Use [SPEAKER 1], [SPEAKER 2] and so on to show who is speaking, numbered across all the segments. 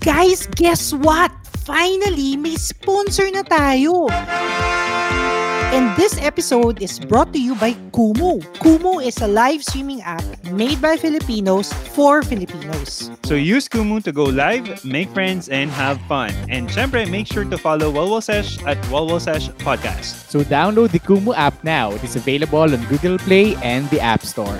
[SPEAKER 1] Guys, guess what? Finally, may sponsor na tayo! And this episode is brought to you by Kumu. Kumu is a live streaming app made by Filipinos for Filipinos.
[SPEAKER 2] So use Kumu to go live, make friends, and have fun. And syempre, make sure to follow Walwalsesh at Walwalsesh Podcast.
[SPEAKER 3] So download the Kumu app now. It is available on Google Play and the App Store.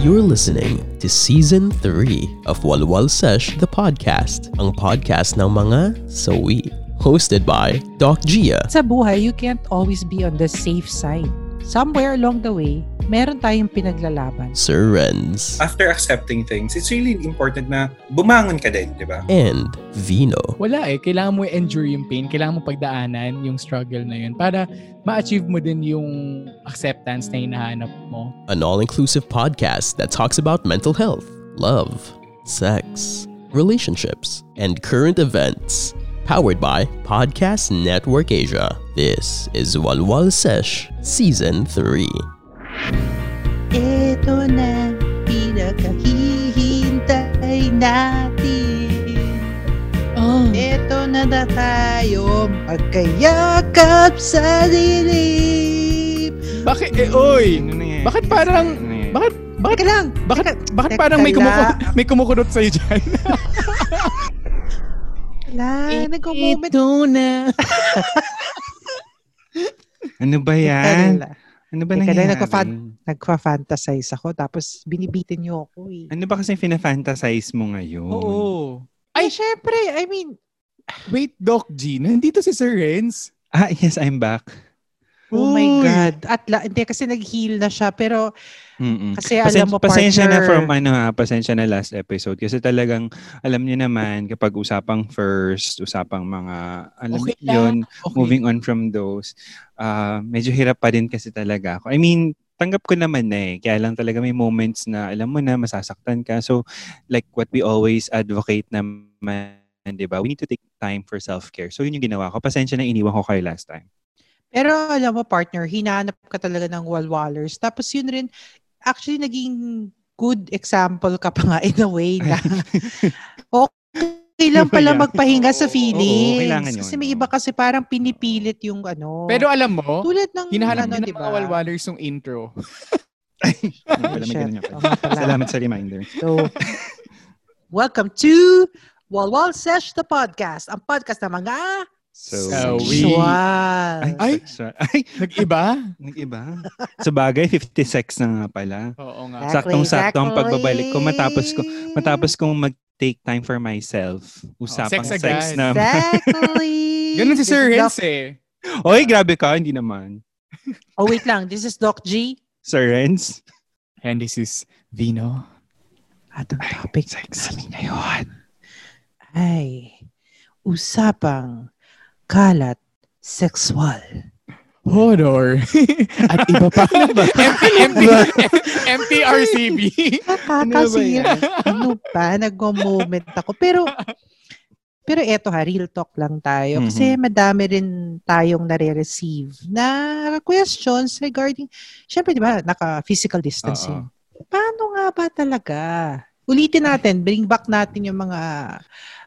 [SPEAKER 4] You're listening to Season 3 of Walwal Sesh the Podcast, ang podcast ng mga sawi. Hosted by Doc Gia.
[SPEAKER 1] Sa buhay, you can't always be on the safe side. Somewhere along the way, meron tayong pinaglalaban.
[SPEAKER 4] Sir Renz,
[SPEAKER 5] after accepting things, it's really important na bumangon ka din, di ba?
[SPEAKER 4] and Vino.
[SPEAKER 3] Wala eh, kailangan mo endure yung pain, kailangan mo pagdaanan yung struggle na yun para ma-achieve mo din yung acceptance na hinahanap mo.
[SPEAKER 4] An all-inclusive podcast that talks about mental health, love, sex, relationships, and current events. Powered by Podcast Network Asia. This is Walwal Sesh Season 3.
[SPEAKER 1] Ito na pinakahihintay natin.
[SPEAKER 3] Oh.
[SPEAKER 1] Ito na na tayo magkayakap sa dilim.
[SPEAKER 3] Bakit eh oy?
[SPEAKER 2] Ano na yan?
[SPEAKER 3] Bakit parang
[SPEAKER 2] Ano na yan?
[SPEAKER 3] bakit
[SPEAKER 1] Teka
[SPEAKER 3] bakit
[SPEAKER 1] lang.
[SPEAKER 3] bakit bakit
[SPEAKER 1] Teka
[SPEAKER 3] parang may
[SPEAKER 1] lang.
[SPEAKER 3] kumuko may kumukunot sa iyo diyan? Eh,
[SPEAKER 1] Wala, nagko-moment.
[SPEAKER 3] na.
[SPEAKER 2] Ano ba yan? Ano ba
[SPEAKER 1] Teka lang,
[SPEAKER 2] nangyayari?
[SPEAKER 1] nagpa-fan- Nagpa-fantasize ako tapos binibitin niyo ako eh.
[SPEAKER 2] Ano ba kasi fina-fantasize mo ngayon?
[SPEAKER 3] Oo.
[SPEAKER 1] Ay, Eh, syempre, I mean,
[SPEAKER 3] Wait, Doc G, nandito si Sir Renz.
[SPEAKER 2] Ah, yes, I'm back.
[SPEAKER 1] oh my
[SPEAKER 3] Uy.
[SPEAKER 1] God. At la, hindi kasi nag-heal na siya pero
[SPEAKER 2] Mm-mm.
[SPEAKER 1] kasi
[SPEAKER 2] Pasen-
[SPEAKER 1] alam mo partner.
[SPEAKER 2] pasensya na from ano ha, pasensya na last episode kasi talagang alam niyo naman kapag usapang first, usapang mga alam
[SPEAKER 3] Okay
[SPEAKER 2] niyo yun,
[SPEAKER 3] Okay.
[SPEAKER 2] moving on from those, ah, medyo hirap pa din kasi talaga ako. I mean, tanggap ko naman na eh. Kaya lang talaga may moments na alam mo na masasaktan ka. So, like what we always advocate naman, di ba? We need to take time for self-care. So, yun yung ginawa ko. Pasensya na iniwan ko kayo last time.
[SPEAKER 1] Pero alam mo, partner, hinahanap ka talaga ng walwalers. Tapos yun rin, actually, naging good example ka pa nga in a way na okay lang pala
[SPEAKER 2] Yeah.
[SPEAKER 1] magpahinga sa
[SPEAKER 2] Oo, oo, oo,
[SPEAKER 1] feelings.
[SPEAKER 2] kailangan yun.
[SPEAKER 1] kasi may iba kasi parang pinipilit yung ano.
[SPEAKER 3] Pero alam mo,
[SPEAKER 1] tulad ng
[SPEAKER 3] hinahanap
[SPEAKER 1] ano,
[SPEAKER 3] din ng
[SPEAKER 1] diba?
[SPEAKER 3] mga walwalers yung intro.
[SPEAKER 2] Ayun pala, may
[SPEAKER 1] Oh, Shit.
[SPEAKER 2] ganun ako.
[SPEAKER 1] Oo nga pala.
[SPEAKER 2] Salamat sa reminder.
[SPEAKER 1] So, welcome to Walwal Sesh the Podcast. Ang podcast ng mga
[SPEAKER 2] So,
[SPEAKER 3] Sawi.
[SPEAKER 2] Sure.
[SPEAKER 1] sexual.
[SPEAKER 2] Ay,
[SPEAKER 3] Ay.
[SPEAKER 2] sexual. Ay,
[SPEAKER 3] Nag-iba?
[SPEAKER 2] nag-iba. Sa bagay, 56 na nga pala.
[SPEAKER 3] Oo nga.
[SPEAKER 2] Exactly. saktong-sakto ang pagbabalik ko. Matapos ko- Matapos kong mag-take time for myself.
[SPEAKER 3] Oh,
[SPEAKER 2] Usapang
[SPEAKER 3] sex
[SPEAKER 2] sex,
[SPEAKER 3] agad.
[SPEAKER 2] na.
[SPEAKER 1] Exactly.
[SPEAKER 3] Ganun si
[SPEAKER 1] This
[SPEAKER 3] Sir
[SPEAKER 1] is
[SPEAKER 3] Renz
[SPEAKER 1] Doc-
[SPEAKER 3] eh.
[SPEAKER 2] Oy, grabe ka. Hindi naman.
[SPEAKER 1] Oh, wait lang. This is Doc G.
[SPEAKER 2] Sir Renz.
[SPEAKER 3] And this is Vino.
[SPEAKER 1] At ang Ah, topic
[SPEAKER 2] Sex. Ngayon.
[SPEAKER 1] ay usapang kalat sexual.
[SPEAKER 3] Honor. At iba pa. MP, MPRCB.
[SPEAKER 1] Nakakasira. ano ba? Nag-moment ako. Pero, pero eto ha, real talk lang tayo. Kasi
[SPEAKER 2] Mm-hmm.
[SPEAKER 1] madami rin tayong nare-receive na questions regarding, syempre, di ba, naka-physical distancing. Paano nga ba talaga? Ulitin natin, bring back natin yung mga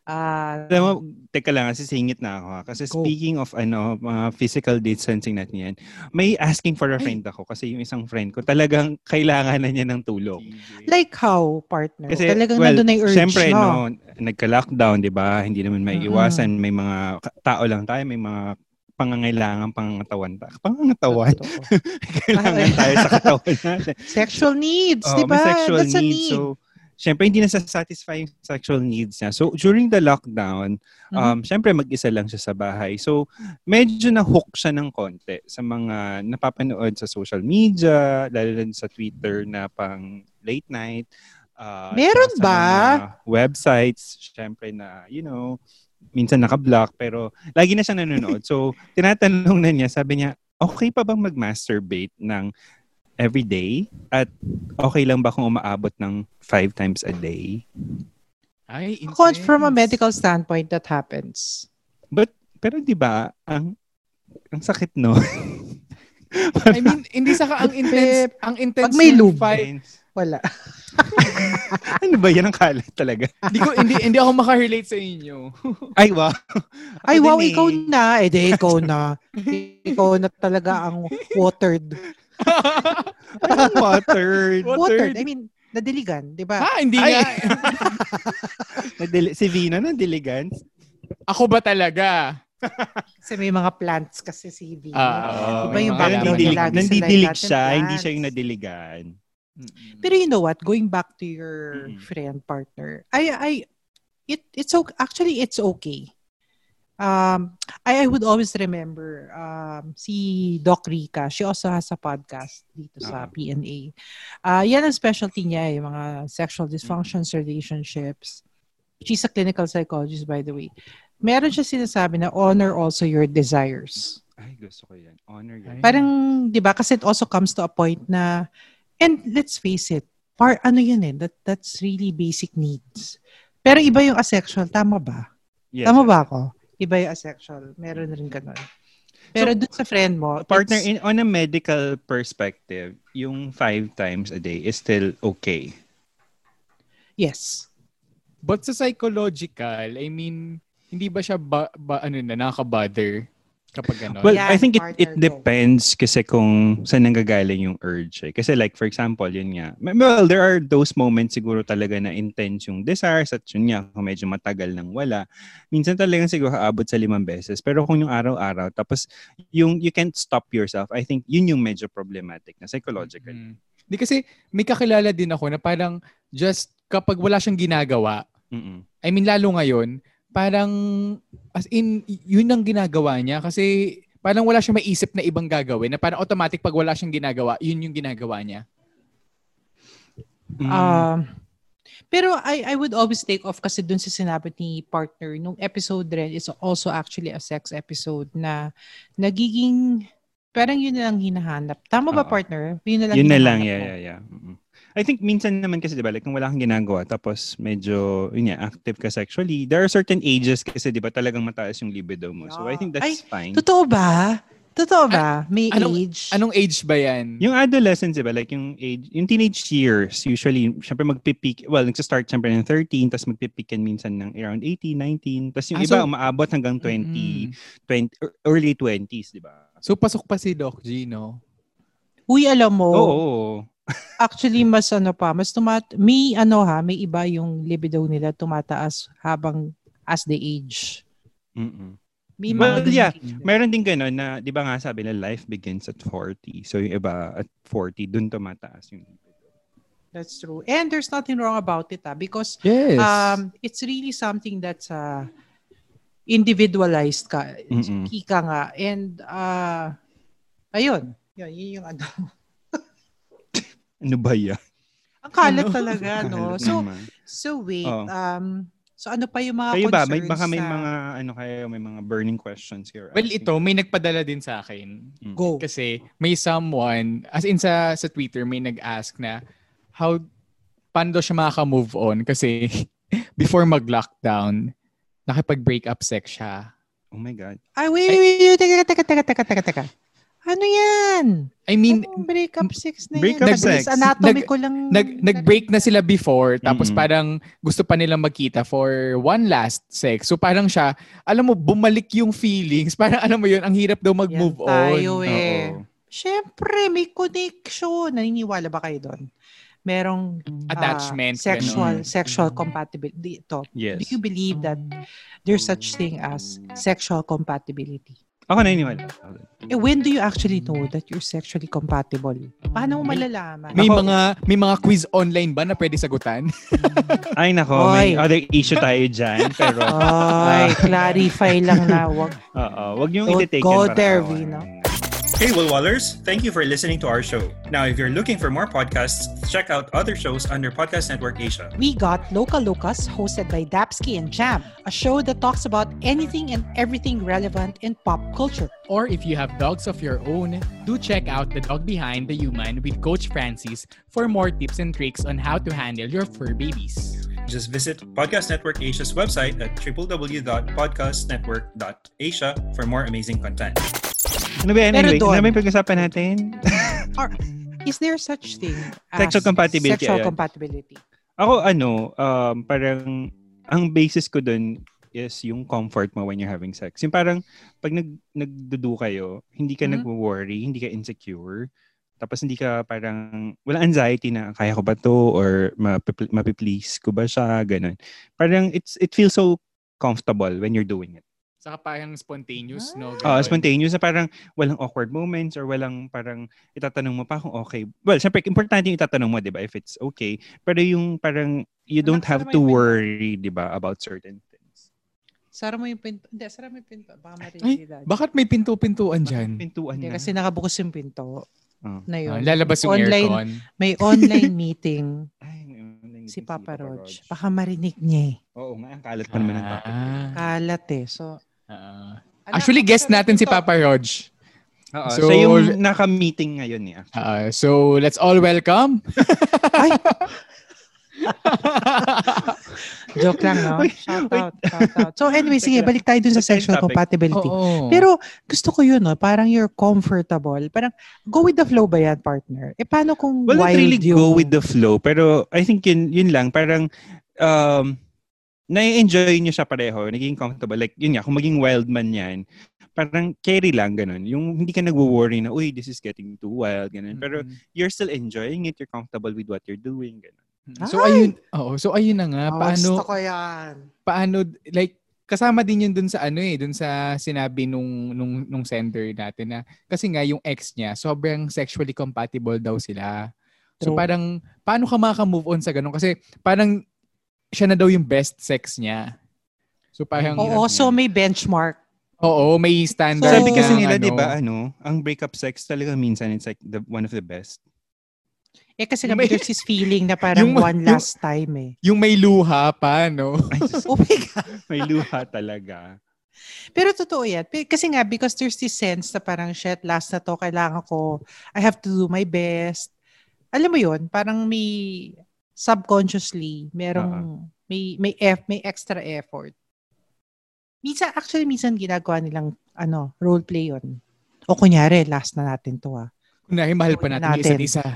[SPEAKER 1] ah,
[SPEAKER 2] Alam mo, teka lang, kasi singit na ako. ha. Kasi
[SPEAKER 3] Go.
[SPEAKER 2] speaking of ano, mga physical distancing natin yan, may asking for a friend ako. Kasi yung isang friend ko, talagang kailangan na niya ng tulong.
[SPEAKER 1] like how, partner?
[SPEAKER 2] Kasi,
[SPEAKER 1] Talagang
[SPEAKER 2] well,
[SPEAKER 1] nandun na yung urge,
[SPEAKER 2] Siyempre,
[SPEAKER 1] no?
[SPEAKER 2] no, nagka-lockdown, di ba? Hindi naman maiiwasan. May mga ka- tao lang tayo, may mga pangangailangan, pangangatawan. ta- Pangangatawan?
[SPEAKER 1] Totoo.
[SPEAKER 2] Kailangan
[SPEAKER 1] Ah,
[SPEAKER 2] tayo sa katawan natin.
[SPEAKER 1] Sexual needs,
[SPEAKER 2] Oo,
[SPEAKER 1] di ba?
[SPEAKER 2] may sexual
[SPEAKER 1] That's a
[SPEAKER 2] needs.
[SPEAKER 1] need.
[SPEAKER 2] So, syempre, hindi na satisfy yung sexual needs niya. So, during the lockdown,
[SPEAKER 1] Mm-hmm.
[SPEAKER 2] um, syempre, mag-isa lang siya sa bahay. So, medyo na-hook siya ng konti sa mga napapanood sa social media, lalo na sa Twitter na pang late night. ah,
[SPEAKER 1] Meron
[SPEAKER 2] tsaka sa
[SPEAKER 1] ba?
[SPEAKER 2] mga Websites, syempre na, you know, minsan nakablock, pero lagi na siya nanonood. So, tinatanong na niya, sabi niya, okay pa bang mag-masturbate ng everyday? At okay lang ba kung umaabot ng five times a day?
[SPEAKER 3] Ay,
[SPEAKER 1] Ako,
[SPEAKER 3] intense.
[SPEAKER 1] from a medical standpoint, that happens.
[SPEAKER 2] Pero di ba, ang ang sakit no?
[SPEAKER 3] I mean, hindi saka ang intense. Ang intense
[SPEAKER 1] Pag may
[SPEAKER 3] yung
[SPEAKER 1] lube.
[SPEAKER 3] five,
[SPEAKER 1] Wala.
[SPEAKER 2] ano ba yan ang kalat talaga?
[SPEAKER 3] hindi ko hindi hindi ako makarelate sa inyo.
[SPEAKER 2] Ay, wow.
[SPEAKER 1] Ay,
[SPEAKER 2] Ako
[SPEAKER 1] wow,
[SPEAKER 2] din eh.
[SPEAKER 1] ikaw na. Eh, di, ikaw na. ikaw na talaga ang watered.
[SPEAKER 2] Watered.
[SPEAKER 1] Watered. Eh, I mean, nadiligan, di ba?
[SPEAKER 3] Ha, Ah, hindi
[SPEAKER 2] Ay.
[SPEAKER 3] nga.
[SPEAKER 2] Nadili- si Vina ng diligans.
[SPEAKER 3] Ako ba talaga?
[SPEAKER 1] Kasi may mga plants kasi si Vina.
[SPEAKER 3] Ah,
[SPEAKER 1] Iba
[SPEAKER 3] may
[SPEAKER 1] yung
[SPEAKER 3] mga
[SPEAKER 1] background
[SPEAKER 3] ganun.
[SPEAKER 1] niya,
[SPEAKER 2] nandidilig,
[SPEAKER 1] lagi sila
[SPEAKER 2] nandidilig
[SPEAKER 1] yung
[SPEAKER 2] siya,
[SPEAKER 1] natin
[SPEAKER 2] hindi siya yung
[SPEAKER 1] plants.
[SPEAKER 2] nadiligan.
[SPEAKER 1] Pero you know what? Going back to your
[SPEAKER 2] Mm-mm.
[SPEAKER 1] friend partner, I I it it's okay. Actually, it's okay. Um, I I would always remember um si Doc Rica. She also has a podcast dito sa
[SPEAKER 2] Ah.
[SPEAKER 1] PNA. Ah, yan ang specialty niya, eh, yung mga sexual dysfunctions, relationships. She's a clinical psychologist, by the way. Meron siya sinasabi na honor also your desires.
[SPEAKER 2] Ay, gusto ko yan. Honor
[SPEAKER 3] Ay.
[SPEAKER 2] yan.
[SPEAKER 1] Parang, di ba, kasi it also comes to a point na, and let's face it, par, ano yun eh, that, that's really basic needs. Pero iba yung asexual, tama ba?
[SPEAKER 2] Yes,
[SPEAKER 1] tama
[SPEAKER 2] yes.
[SPEAKER 1] ba ako? Iba yung asexual, meron rin ganun. Pero dun sa friend mo,
[SPEAKER 2] Partner,
[SPEAKER 1] it's-
[SPEAKER 2] in, on a medical perspective, yung five times a day is still okay.
[SPEAKER 1] yes.
[SPEAKER 3] But sa psychological, I mean, hindi ba siya ba, ba ano na nakaka-bother kapag ano?
[SPEAKER 2] Well,
[SPEAKER 1] Yan,
[SPEAKER 2] I think it it
[SPEAKER 1] partner ko.
[SPEAKER 2] depends kasi kung saan nanggagaling yung urge. eh. Kasi like for example, yun nga. may- Well, there are those moments siguro talaga na intense yung desires at yun nga kung medyo matagal nang wala. Minsan talagang siguro aabot sa limang beses. Pero kung yung araw-araw tapos yung you can't stop yourself, I think yun yung medyo problematic na psychological.
[SPEAKER 3] Mm. Hindi kasi may kakilala din ako na parang just kapag wala siyang ginagawa,
[SPEAKER 2] Mm-mm.
[SPEAKER 3] I mean lalo ngayon, parang as in yun ang ginagawa niya kasi parang wala siyang maiisip na ibang gagawin na parang automatic pag wala siyang ginagawa, yun yung ginagawa niya.
[SPEAKER 2] Mm.
[SPEAKER 1] Um, pero I, I would always take off kasi dun sa sinabi ni partner, nung episode rin, it's also actually a sex episode na nagiging, parang yun na lang hinahanap. Tama ba,
[SPEAKER 2] Oo.
[SPEAKER 1] partner? Yun na lang
[SPEAKER 2] Yun na lang,
[SPEAKER 1] hinahanap
[SPEAKER 2] yeah,
[SPEAKER 1] mo.
[SPEAKER 2] yeah, yeah. Mm-mm. I think minsan naman kasi, di ba, like kung wala kang ginagawa, tapos medyo, yun yeah, active ka sexually, there are certain ages kasi, di ba, talagang mataas yung libido mo. So, I think that's
[SPEAKER 1] Ay,
[SPEAKER 2] fine.
[SPEAKER 1] Totoo ba? Totoo
[SPEAKER 2] Ah,
[SPEAKER 1] ba? May
[SPEAKER 3] anong-
[SPEAKER 1] age?
[SPEAKER 3] Anong age ba yan?
[SPEAKER 2] Yung adolescence, di ba, like yung age, yung teenage years, usually, syempre magpipeak, well, nagsistart syempre ng 13, tapos magpipeak yan minsan ng around 18, 19, tapos yung
[SPEAKER 3] Ah,
[SPEAKER 2] iba
[SPEAKER 3] so-
[SPEAKER 2] umaabot hanggang 20,
[SPEAKER 3] Mm.
[SPEAKER 2] 20 or early 20s, di ba?
[SPEAKER 3] So pasok pa si Doc G, no?
[SPEAKER 1] Uy, alam mo,
[SPEAKER 3] Oh.
[SPEAKER 2] Oo. oo.
[SPEAKER 1] actually, mas ano pa, mas tumat... May ano ha, may iba yung libido nila tumataas habang as they age.
[SPEAKER 2] Mm-mm.
[SPEAKER 1] May mga
[SPEAKER 2] Well,
[SPEAKER 1] ganun
[SPEAKER 2] yeah.
[SPEAKER 1] din.
[SPEAKER 2] Meron din ganun na, di ba nga sabi na life begins at 40. So yung iba at 40, dun tumataas yung
[SPEAKER 1] That's true. And there's nothing wrong about it ah, because
[SPEAKER 3] Yes.
[SPEAKER 1] um, it's really something that's uh, individualized ka.
[SPEAKER 2] Mm-mm.
[SPEAKER 1] Kika nga. And, uh, ayun. Yun, yun yung ano.
[SPEAKER 2] Ano ba yan?
[SPEAKER 1] Ang kalat
[SPEAKER 3] Ano?
[SPEAKER 1] talaga, no?
[SPEAKER 2] Halos
[SPEAKER 1] So,
[SPEAKER 2] naman.
[SPEAKER 1] so wait.
[SPEAKER 2] Oo.
[SPEAKER 1] Um, so, ano pa yung mga
[SPEAKER 2] kayo ba? May,
[SPEAKER 1] concerns
[SPEAKER 2] baka may
[SPEAKER 1] na-
[SPEAKER 2] mga, ano kayo, may mga burning questions here.
[SPEAKER 3] Well, ito, may nagpadala din sa akin.
[SPEAKER 1] Go.
[SPEAKER 3] Kasi may someone, as in sa, sa Twitter, may nag-ask na how, paano daw siya makaka-move on? Kasi before mag-lockdown, nakipag-break up sex siya.
[SPEAKER 2] Oh my God.
[SPEAKER 1] Ay, wait, wait, wait. Teka, teka, teka, teka, teka, teka. Ano yan?
[SPEAKER 3] I mean,
[SPEAKER 1] Anong breakup sex na
[SPEAKER 2] Breakup
[SPEAKER 1] yan? Nag-Grey's
[SPEAKER 2] sex.
[SPEAKER 1] Anatomy
[SPEAKER 3] Nag-
[SPEAKER 1] ko lang.
[SPEAKER 3] nag, nag-break na sila before, tapos
[SPEAKER 2] Mm-mm.
[SPEAKER 3] parang gusto pa nilang magkita for one last sex. So parang siya, alam mo, bumalik yung feelings. Parang alam mo yun, ang hirap daw mag-move
[SPEAKER 1] Yan tayo
[SPEAKER 3] on.
[SPEAKER 1] eh.
[SPEAKER 2] Oo.
[SPEAKER 1] Siyempre, may connection. Naniniwala ba kayo doon? Merong ah,
[SPEAKER 3] Attachment.
[SPEAKER 1] sexual,
[SPEAKER 2] ganun.
[SPEAKER 1] sexual compatibility. Ito,
[SPEAKER 2] Yes.
[SPEAKER 1] do you believe that there's such thing as sexual compatibility?
[SPEAKER 2] Ako na iniwala.
[SPEAKER 1] Eh, when do you actually know that you're sexually compatible? Paano mo malalaman?
[SPEAKER 3] May
[SPEAKER 2] Ako-
[SPEAKER 3] mga may mga quiz online ba na pwede sagutan?
[SPEAKER 2] Ay, nako.
[SPEAKER 1] Oy.
[SPEAKER 2] May other issue tayo dyan. Pero,
[SPEAKER 1] Ay, clarify lang na. Wag.
[SPEAKER 2] oo. Wag niyong
[SPEAKER 1] Don't
[SPEAKER 2] ititake.
[SPEAKER 1] Oh, go
[SPEAKER 2] yan para
[SPEAKER 1] there,
[SPEAKER 2] awan.
[SPEAKER 1] Vino.
[SPEAKER 5] Hey, Will Wallers! Thank you for listening to our show. Now, if you're looking for more podcasts, check out other shows under Podcast Network Asia.
[SPEAKER 1] We got Local Locus, hosted by Dapsky and Jam, a show that talks about anything and everything relevant in pop culture.
[SPEAKER 3] Or if you have dogs of your own, do check out The Dog Behind the Human with Coach Francis for more tips and tricks on how to handle your fur babies.
[SPEAKER 5] Just visit Podcast Network Asia's website at www.podcastnetwork.asia for more amazing content.
[SPEAKER 2] Ano ba yan?
[SPEAKER 1] Pero
[SPEAKER 2] Anyway,
[SPEAKER 1] doon-
[SPEAKER 2] ano ba yung pag-usapan natin?
[SPEAKER 1] Or, Is there such thing as
[SPEAKER 2] Sexual compatibility,
[SPEAKER 1] Sexual
[SPEAKER 2] ayan.
[SPEAKER 1] compatibility.
[SPEAKER 2] Ako ano, um, parang ang basis ko dun is yung comfort mo when you're having sex. Yung parang pag nag nagdudu kayo, hindi ka
[SPEAKER 1] Mhm.
[SPEAKER 2] nagwo-worry, hindi ka insecure. Tapos hindi ka parang wala anxiety na kaya ko ba to or mapi- mapi-please ko ba siya, ganun. Parang it's it feels so comfortable when you're doing it.
[SPEAKER 3] Saka parang spontaneous, no?
[SPEAKER 2] Ah,
[SPEAKER 3] Ganun.
[SPEAKER 2] spontaneous na parang walang awkward moments or walang parang itatanong mo pa kung okay. Well, syempre importante yung itatanong mo, 'di ba, if it's okay. Pero yung parang you
[SPEAKER 1] Anak,
[SPEAKER 2] don't have
[SPEAKER 1] saan
[SPEAKER 2] to
[SPEAKER 1] may-
[SPEAKER 2] worry, 'di ba, about certain things.
[SPEAKER 1] Sara mo yung pinto. Hindi, sara mo yung pinto. Baka marinig
[SPEAKER 3] Ay,
[SPEAKER 1] nila.
[SPEAKER 3] Bakit may pinto-pintuan dyan?
[SPEAKER 2] Pintuan
[SPEAKER 1] Hindi,
[SPEAKER 2] na.
[SPEAKER 1] kasi nakabukas yung pinto.
[SPEAKER 2] Oh.
[SPEAKER 1] Na yun.
[SPEAKER 3] Ah, lalabas yung
[SPEAKER 1] Online.
[SPEAKER 3] aircon.
[SPEAKER 1] May online meeting
[SPEAKER 2] Ay, may-
[SPEAKER 1] si Papa Roach. Baka marinig niya eh.
[SPEAKER 2] Oo nga, Ano ang kalat pa naman ng topic.
[SPEAKER 3] Ah,
[SPEAKER 1] Kalat eh. So, ano
[SPEAKER 3] ah.
[SPEAKER 1] anak,
[SPEAKER 3] Actually, guess
[SPEAKER 1] baka
[SPEAKER 3] natin si
[SPEAKER 1] pinto.
[SPEAKER 3] Papa Rog.
[SPEAKER 2] Oo,
[SPEAKER 3] So-
[SPEAKER 2] siya yung naka-meeting ngayon eh. actually.
[SPEAKER 3] Ah, so, let's all welcome.
[SPEAKER 1] Ay! Joke lang, no?
[SPEAKER 2] Wait,
[SPEAKER 1] Shout
[SPEAKER 2] wait.
[SPEAKER 1] out, shout out. So anyway, sige,
[SPEAKER 2] Teka lang.
[SPEAKER 1] balik tayo dun sa
[SPEAKER 2] Balik tayo sa
[SPEAKER 1] sexual
[SPEAKER 2] topic.
[SPEAKER 1] compatibility.
[SPEAKER 3] Oo.
[SPEAKER 1] Pero gusto ko yun, no? Parang you're comfortable. Parang go with the flow ba yan, partner? Eh, paano kung
[SPEAKER 2] Well, not
[SPEAKER 1] wild
[SPEAKER 2] really
[SPEAKER 1] yung...
[SPEAKER 2] go with the flow. Pero I think yun, yun lang. Parang, um, nai-enjoy nyo siya pareho. Naging comfortable. Like, yun nga, kung maging wild man yan, parang carry lang, ganun. Yung hindi ka nagwo-worry na, uy, this is getting too wild, ganun. Pero
[SPEAKER 3] Mm.
[SPEAKER 2] you're still enjoying it. You're comfortable with what you're doing, ganun.
[SPEAKER 3] So ayun, oo, so ayun na nga
[SPEAKER 1] Ah,
[SPEAKER 3] paano
[SPEAKER 1] Gusto ko yan.
[SPEAKER 3] paano like kasama din yun dun sa ano eh, dun sa sinabi nung nung nung sender natin na kasi nga yung ex niya sobrang sexually compatible daw sila. So
[SPEAKER 1] True.
[SPEAKER 3] parang paano ka maka-move on sa ganun kasi parang siya na daw yung best sex niya. So parang oo,
[SPEAKER 1] Oo, so may benchmark.
[SPEAKER 3] may standard.
[SPEAKER 2] Sabi kasi
[SPEAKER 3] ng
[SPEAKER 2] nila,
[SPEAKER 3] ano.
[SPEAKER 2] di ba, ano, ang breakup sex talaga minsan, it's like the, one of the best.
[SPEAKER 1] Eh, kasi kami
[SPEAKER 3] May-
[SPEAKER 1] there's this feeling na parang
[SPEAKER 3] Yung-
[SPEAKER 1] one
[SPEAKER 3] yung-
[SPEAKER 1] last time eh.
[SPEAKER 3] Yung may luha pa, no?
[SPEAKER 2] Ay, sus,
[SPEAKER 1] Oh my God.
[SPEAKER 2] may luha talaga.
[SPEAKER 1] Pero totoo yan. Pe- Kasi nga, because there's this sense na parang, shit, last na to, kailangan ko, I have to do my best. Alam mo yon parang may subconsciously, merong, may, may, eff- may extra effort. Minsan, actually, minsan ginagawa nilang, ano, role play yon O kunyari, last na natin to ah.
[SPEAKER 3] Kunahin, eh, mahal pa natin, yung
[SPEAKER 1] Natin.
[SPEAKER 3] isa't isa.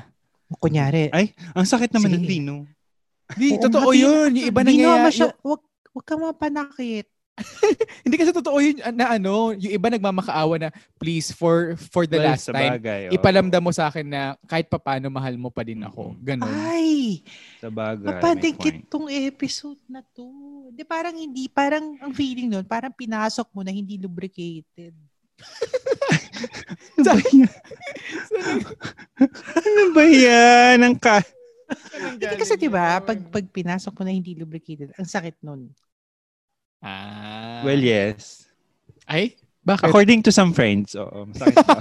[SPEAKER 1] O kunyari.
[SPEAKER 2] Ay, ang sakit naman ng
[SPEAKER 1] Sige.
[SPEAKER 2] Dino.
[SPEAKER 3] Di,
[SPEAKER 1] Oo,
[SPEAKER 3] totoo
[SPEAKER 1] nga, di-
[SPEAKER 3] yun. Yung iba
[SPEAKER 1] Di nga
[SPEAKER 3] nangyayari.
[SPEAKER 1] masya- wag, wag ka mapanakit.
[SPEAKER 3] Hindi kasi totoo yun ah, na ano, yung iba nagmamakaawa na please for for the
[SPEAKER 2] Well,
[SPEAKER 3] last
[SPEAKER 2] sa
[SPEAKER 3] time.
[SPEAKER 2] bagay, oo.
[SPEAKER 3] Ipalamdam mo sa akin na kahit papano mahal mo pa din ako.
[SPEAKER 1] Ah,
[SPEAKER 3] Ganon.
[SPEAKER 1] Ay!
[SPEAKER 2] Sa bagay, may point.
[SPEAKER 1] Mapadikit tong episode na to. Di parang hindi, parang ang feeling nun, parang pinasok mo na hindi lubricated.
[SPEAKER 2] ano ba yan? Ang ka...
[SPEAKER 1] Hindi kasi di ba pag, pag pinasok mo na hindi lubricated, ang sakit nun.
[SPEAKER 3] Ah.
[SPEAKER 2] Well, yes.
[SPEAKER 3] Ay? Bakit?
[SPEAKER 2] According to some friends, oo. Masakit daw.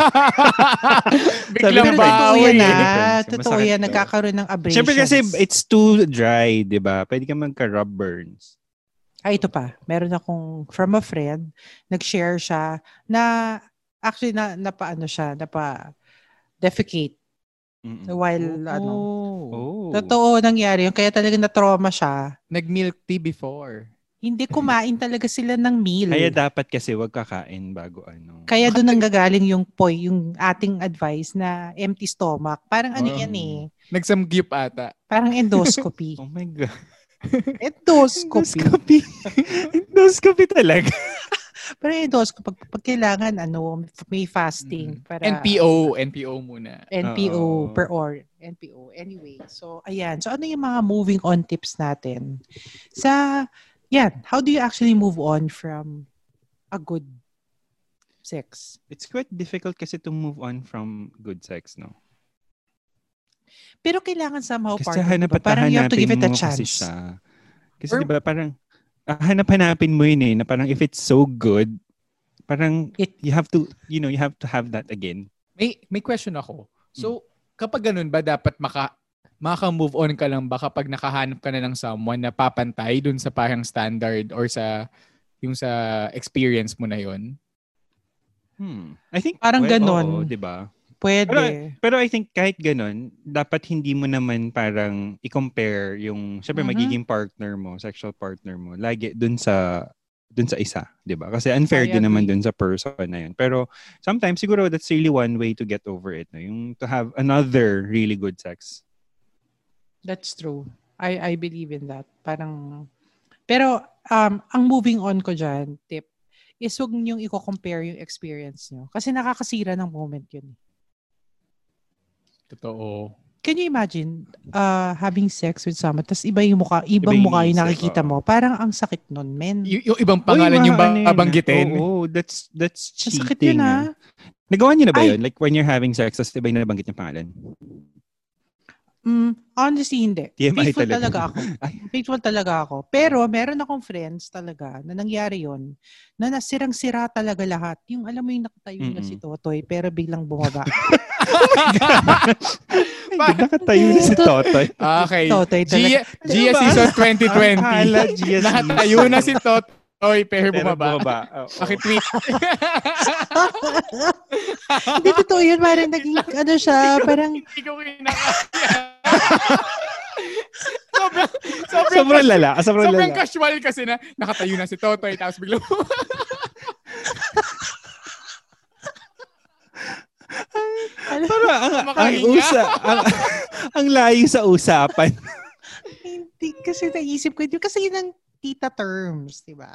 [SPEAKER 3] Biglang
[SPEAKER 2] Sabi-
[SPEAKER 1] Pero totoo
[SPEAKER 3] bawi.
[SPEAKER 1] yan
[SPEAKER 2] eh.
[SPEAKER 1] ah.
[SPEAKER 2] Depends.
[SPEAKER 1] Totoo
[SPEAKER 2] Masakit
[SPEAKER 1] yan,
[SPEAKER 2] daw.
[SPEAKER 1] nagkakaroon ng abrasions.
[SPEAKER 2] Siyempre kasi it's too dry, di ba? Pwede ka magka-rub burns.
[SPEAKER 1] Ah, ito pa. Meron akong from a friend, nag-share siya na actually na napaano siya, napa defecate
[SPEAKER 2] Mm-mm.
[SPEAKER 1] while ano.
[SPEAKER 2] Oh.
[SPEAKER 1] Totoo nangyari yun. Kaya talaga na-trauma siya.
[SPEAKER 3] Nag-milk tea before.
[SPEAKER 1] Hindi kumain talaga sila ng meal.
[SPEAKER 2] Kaya dapat kasi wag kakain bago ano.
[SPEAKER 1] Kaya doon ang gagaling yung poi, yung ating advice na empty stomach. Parang ano
[SPEAKER 2] Ah.
[SPEAKER 3] Oh.
[SPEAKER 1] yan eh.
[SPEAKER 3] Nagsamgyup ata.
[SPEAKER 1] Parang endoscopy.
[SPEAKER 2] Oh my God.
[SPEAKER 1] endoscopy.
[SPEAKER 2] Endoscopy talaga.
[SPEAKER 1] Pero endoscopy, pag, pag kailangan, ano, may fasting. Para,
[SPEAKER 3] NPO. NPO muna.
[SPEAKER 1] NPO
[SPEAKER 2] Mm-hmm. Oo.
[SPEAKER 1] per or. NPO. Anyway, so ayan. So ano yung mga moving on tips natin? Sa, yan, how do you actually move on from a good sex?
[SPEAKER 2] It's quite difficult kasi to move on from good sex, no?
[SPEAKER 1] Pero kailangan somehow
[SPEAKER 2] Kasi
[SPEAKER 1] partner,
[SPEAKER 2] hanap
[SPEAKER 1] diba?
[SPEAKER 2] at
[SPEAKER 1] Parang you have to give it a
[SPEAKER 2] hahanapin mo Kasi,
[SPEAKER 1] chance.
[SPEAKER 2] siya. kasi
[SPEAKER 3] Or-
[SPEAKER 2] di ba parang ah, hanap-hanapin mo yun eh, na parang if it's so good, parang
[SPEAKER 1] It-
[SPEAKER 2] you have to, you know, you have to have that again.
[SPEAKER 3] May may question ako. So, kapag ganun ba dapat maka maka-move on ka lang ba kapag nakahanap ka na ng someone na papantay dun sa parang standard or sa yung sa experience mo na yon?
[SPEAKER 2] Hmm. I think
[SPEAKER 1] Parang ganon.
[SPEAKER 2] oo, di ba?
[SPEAKER 1] Pwede.
[SPEAKER 2] Pero I think kahit ganun, dapat hindi mo naman parang i-compare yung syempre
[SPEAKER 1] Mhm.
[SPEAKER 2] magiging partner mo, sexual partner mo, lagi dun sa dun sa isa, 'di ba? Kasi unfair
[SPEAKER 3] I
[SPEAKER 2] din naman
[SPEAKER 3] agree.
[SPEAKER 2] dun sa person na 'yun. Pero sometimes siguro that's really one way to get over it, no? Yung to have another really good sex.
[SPEAKER 1] That's true. I I believe in that. Parang pero um ang moving on ko diyan tip is huwag niyong i-compare yung experience niyo kasi nakakasira ng moment yun.
[SPEAKER 3] Totoo.
[SPEAKER 1] Can you imagine uh, having sex with someone tapos iba yung mukha, ibang
[SPEAKER 2] Iba yung
[SPEAKER 1] mukha yung
[SPEAKER 2] isip,
[SPEAKER 1] nakikita
[SPEAKER 2] oo.
[SPEAKER 1] mo? Parang ang sakit nun, men.
[SPEAKER 3] Y- yung ibang
[SPEAKER 2] Uy,
[SPEAKER 3] pangalan
[SPEAKER 2] mga
[SPEAKER 3] yung
[SPEAKER 2] ano yun,
[SPEAKER 3] babanggitin.
[SPEAKER 2] Oo, oo, that's that's cheating.
[SPEAKER 1] Masakit yun
[SPEAKER 2] ah.
[SPEAKER 1] ah.
[SPEAKER 2] Nagawa niyo na ba
[SPEAKER 1] Ay!
[SPEAKER 2] yun? Like when you're having sex, tapos iba yung nabanggit yung pangalan.
[SPEAKER 1] Mm, honestly, hindi.
[SPEAKER 2] TMI
[SPEAKER 1] Faithful
[SPEAKER 2] talaga.
[SPEAKER 1] talaga ako.
[SPEAKER 2] Ay.
[SPEAKER 1] Faithful talaga ako. Pero meron akong friends talaga na nangyari yon na nasirang-sira talaga lahat. Yung alam mo yung nakatayo na
[SPEAKER 2] Mm-mm.
[SPEAKER 1] si Totoy pero biglang bumaba.
[SPEAKER 2] Ay, nakatayo na si Totoy.
[SPEAKER 3] Ah, Okay.
[SPEAKER 1] Totoy talaga.
[SPEAKER 3] Gia, Gia
[SPEAKER 2] Ano ba?
[SPEAKER 3] season
[SPEAKER 2] Ang
[SPEAKER 3] 2020.
[SPEAKER 2] ala, GSC.
[SPEAKER 3] Nakatayo na si Totoy pero
[SPEAKER 2] Pero
[SPEAKER 3] bumaba.
[SPEAKER 2] bumaba. Oo.
[SPEAKER 3] Pakitweet.
[SPEAKER 1] Hindi totoo yun. Parang naging ano siya. Parang
[SPEAKER 3] Hindi ko kinakaya. sobrang, sobrang,
[SPEAKER 2] Sobrang lala. ah, Sobrang
[SPEAKER 3] sobrang
[SPEAKER 2] lala.
[SPEAKER 3] casual kasi na nakatayo na si Totoy tapos biglang
[SPEAKER 2] Pero ang, ang
[SPEAKER 3] Kumakain
[SPEAKER 2] usa, ang, ang layo sa usapan.
[SPEAKER 1] hindi kasi naisip ko. yun. Kasi yun ang tita terms, di ba?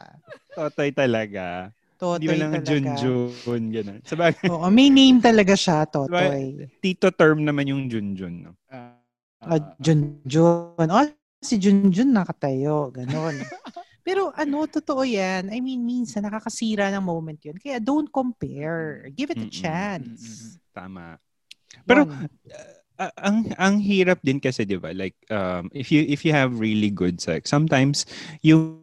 [SPEAKER 2] Totoy talaga. Hindi
[SPEAKER 1] Totoy
[SPEAKER 2] mo lang
[SPEAKER 1] talaga.
[SPEAKER 2] Junjun. Ganun. Sabag,
[SPEAKER 1] Oo, may name talaga siya, Totoy.
[SPEAKER 2] tito term naman yung Junjun. No?
[SPEAKER 3] Ah,
[SPEAKER 1] Ah, Junjun. Oh, si Junjun nakatayo. Ganon. Pero ano, totoo yan. I mean, minsan nakakasira ng moment yun. Kaya don't compare. Give it a
[SPEAKER 2] Mm-mm.
[SPEAKER 1] chance.
[SPEAKER 2] Tama. Pero
[SPEAKER 1] Yun.
[SPEAKER 2] a- ang ang hirap din kasi 'di ba like um if you if you have really good sex sometimes you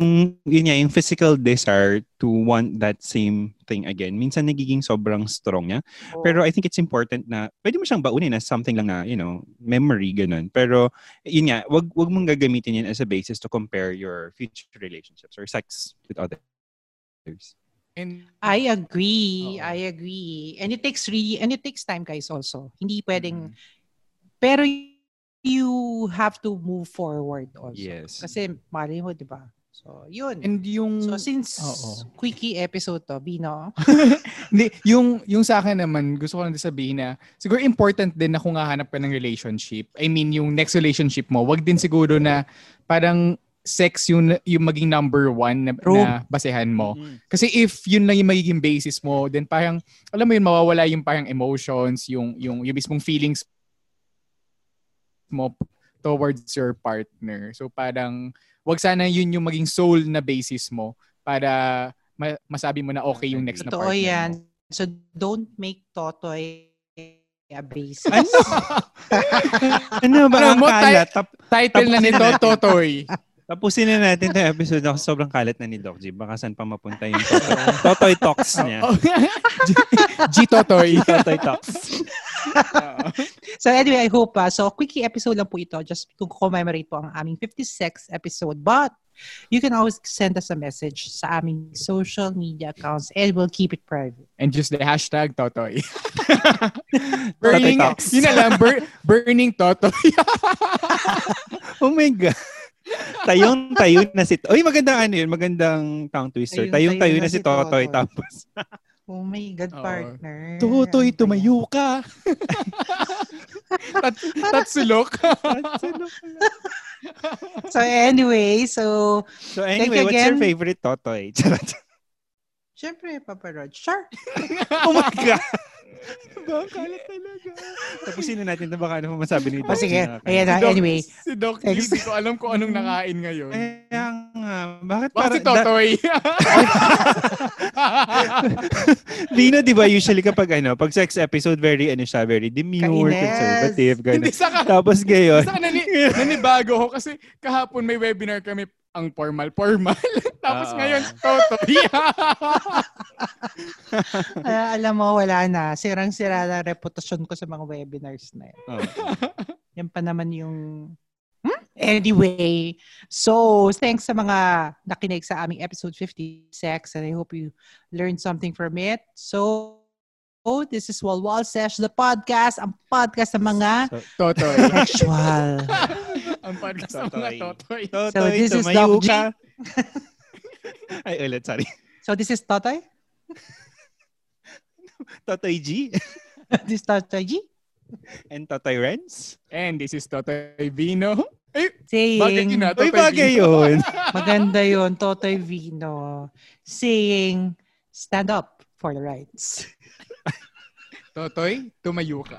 [SPEAKER 2] yung yun nga, yung physical desire to want that same thing again minsan nagiging sobrang strong niya
[SPEAKER 1] Oo.
[SPEAKER 2] pero I think it's important na pwede mo siyang baunin as something lang na you know memory ganun pero yun nga wag wag mong gagamitin yan as a basis to compare your future relationships or sex with others
[SPEAKER 3] and-
[SPEAKER 1] I agree.
[SPEAKER 3] Oo.
[SPEAKER 1] I agree. And it takes really, and it takes time guys also. Hindi pwedeng, pero you have to move forward also.
[SPEAKER 2] yes
[SPEAKER 1] Kasi mali mo, di ba? So, yun.
[SPEAKER 3] and yung
[SPEAKER 1] so, since
[SPEAKER 3] Oo.
[SPEAKER 1] quickie episode to, Bino,
[SPEAKER 3] Hindi, yung, yung sa akin naman, gusto ko lang din sabihin na siguro important din na kung hahanap ka ng relationship. I mean, yung next relationship mo, wag din siguro na parang sex yung, yung maging number one na,
[SPEAKER 1] True.
[SPEAKER 3] na basehan mo. Kasi if yun lang yung magiging basis mo, then parang, alam mo yun, mawawala yung parang emotions, yung, yung, yung mismong feelings mo towards your partner. So parang, wag sana yun yung maging sole na basis mo para ma- masabi mo na okay yung next na
[SPEAKER 1] totoo
[SPEAKER 3] partner
[SPEAKER 1] yan.
[SPEAKER 3] mo.
[SPEAKER 1] So, don't make Totoy a basis.
[SPEAKER 2] ano ba
[SPEAKER 3] Alam
[SPEAKER 2] ang
[SPEAKER 3] mo, tay-
[SPEAKER 2] kalat Tap-
[SPEAKER 3] Title na nito, Totoy.
[SPEAKER 2] Tapusin na natin itong episode ako. Sobrang kalat na ni Doc G. Baka saan pa mapunta yung Totoy, totoy Talks niya.
[SPEAKER 3] Oh. G- G Totoy.
[SPEAKER 2] Totoy Talks.
[SPEAKER 1] So anyway, I hope, ah, so quickie episode lang po ito just to commemorate po ang aming 56th episode. But you can always send us a message sa aming social media accounts and we'll keep it private.
[SPEAKER 3] And just the hashtag Totoy.
[SPEAKER 2] Totoy
[SPEAKER 3] burning,
[SPEAKER 2] Talks.
[SPEAKER 3] yun na lang, bur- burning Totoy.
[SPEAKER 2] Oh my God. Tayong tayo na si... Uy, magandang ano yun. Magandang tongue twister. Tayong tayo na si Totoy. Tapos,
[SPEAKER 1] Oh my God,
[SPEAKER 3] Oo.
[SPEAKER 1] partner. Ano ba
[SPEAKER 3] ka. Tat, tatsulok.
[SPEAKER 1] yan? So anyway, so
[SPEAKER 2] so
[SPEAKER 1] Thank
[SPEAKER 2] anyway,
[SPEAKER 1] you
[SPEAKER 2] what's your
[SPEAKER 1] again.
[SPEAKER 2] favorite Totoy? Charot.
[SPEAKER 1] syempre, Papa Rod. Sure.
[SPEAKER 2] oh my God. Baka kalat talaga. Tapusin na natin na baka ano pa masabi ni
[SPEAKER 1] O
[SPEAKER 2] Doc G
[SPEAKER 1] Oh, sige,
[SPEAKER 2] na kalat.
[SPEAKER 1] ayan na,
[SPEAKER 3] Doc-
[SPEAKER 1] anyway.
[SPEAKER 3] si Doc, Lee,
[SPEAKER 1] Thanks.
[SPEAKER 3] hindi ko alam kung anong nakain ngayon.
[SPEAKER 5] Eh,
[SPEAKER 2] Kaya nga, bakit
[SPEAKER 3] Bakit si Totoy?
[SPEAKER 2] Lina, di ba usually kapag ano, pag sex episode, very ano siya, very demure,
[SPEAKER 1] Kainis.
[SPEAKER 2] conservative,
[SPEAKER 3] Hindi
[SPEAKER 2] ganun.
[SPEAKER 3] sa ka.
[SPEAKER 2] Tapos ngayon,
[SPEAKER 3] Sa nani, nanibago ko kasi kahapon may webinar kami ang formal formal. Tapos
[SPEAKER 2] Oo.
[SPEAKER 3] ngayon Totoy.
[SPEAKER 1] Ah, alam mo, wala na. Sirang-sira na reputasyon ko sa mga webinars na yun.
[SPEAKER 2] oh,
[SPEAKER 1] Yan pa naman yung... Hmm? Anyway, so thanks sa mga nakinig sa aming episode 56 and I hope you learned something from it. So, oh, this is Walwal Sesh, the podcast, ang podcast ng mga
[SPEAKER 3] Totoy.
[SPEAKER 1] sexual.
[SPEAKER 3] ang podcast ng mga
[SPEAKER 2] Totoy.
[SPEAKER 3] Totoy.
[SPEAKER 2] Totoy,
[SPEAKER 1] So, this is Doc
[SPEAKER 2] tumayo
[SPEAKER 1] G.
[SPEAKER 2] ka. Ay, ulit, sorry.
[SPEAKER 1] So this is Totoy?
[SPEAKER 2] Totoy G
[SPEAKER 1] this is Totoy G?
[SPEAKER 2] and Totoy Renz.
[SPEAKER 3] And this is Totoy Vino. Ay, bagay
[SPEAKER 1] Saying,
[SPEAKER 3] yun ah. na.
[SPEAKER 2] Uy, bagay yun.
[SPEAKER 1] maganda yon Totoy Vino. Saying, stand up for the rights.
[SPEAKER 3] Totoy, tumayo ka.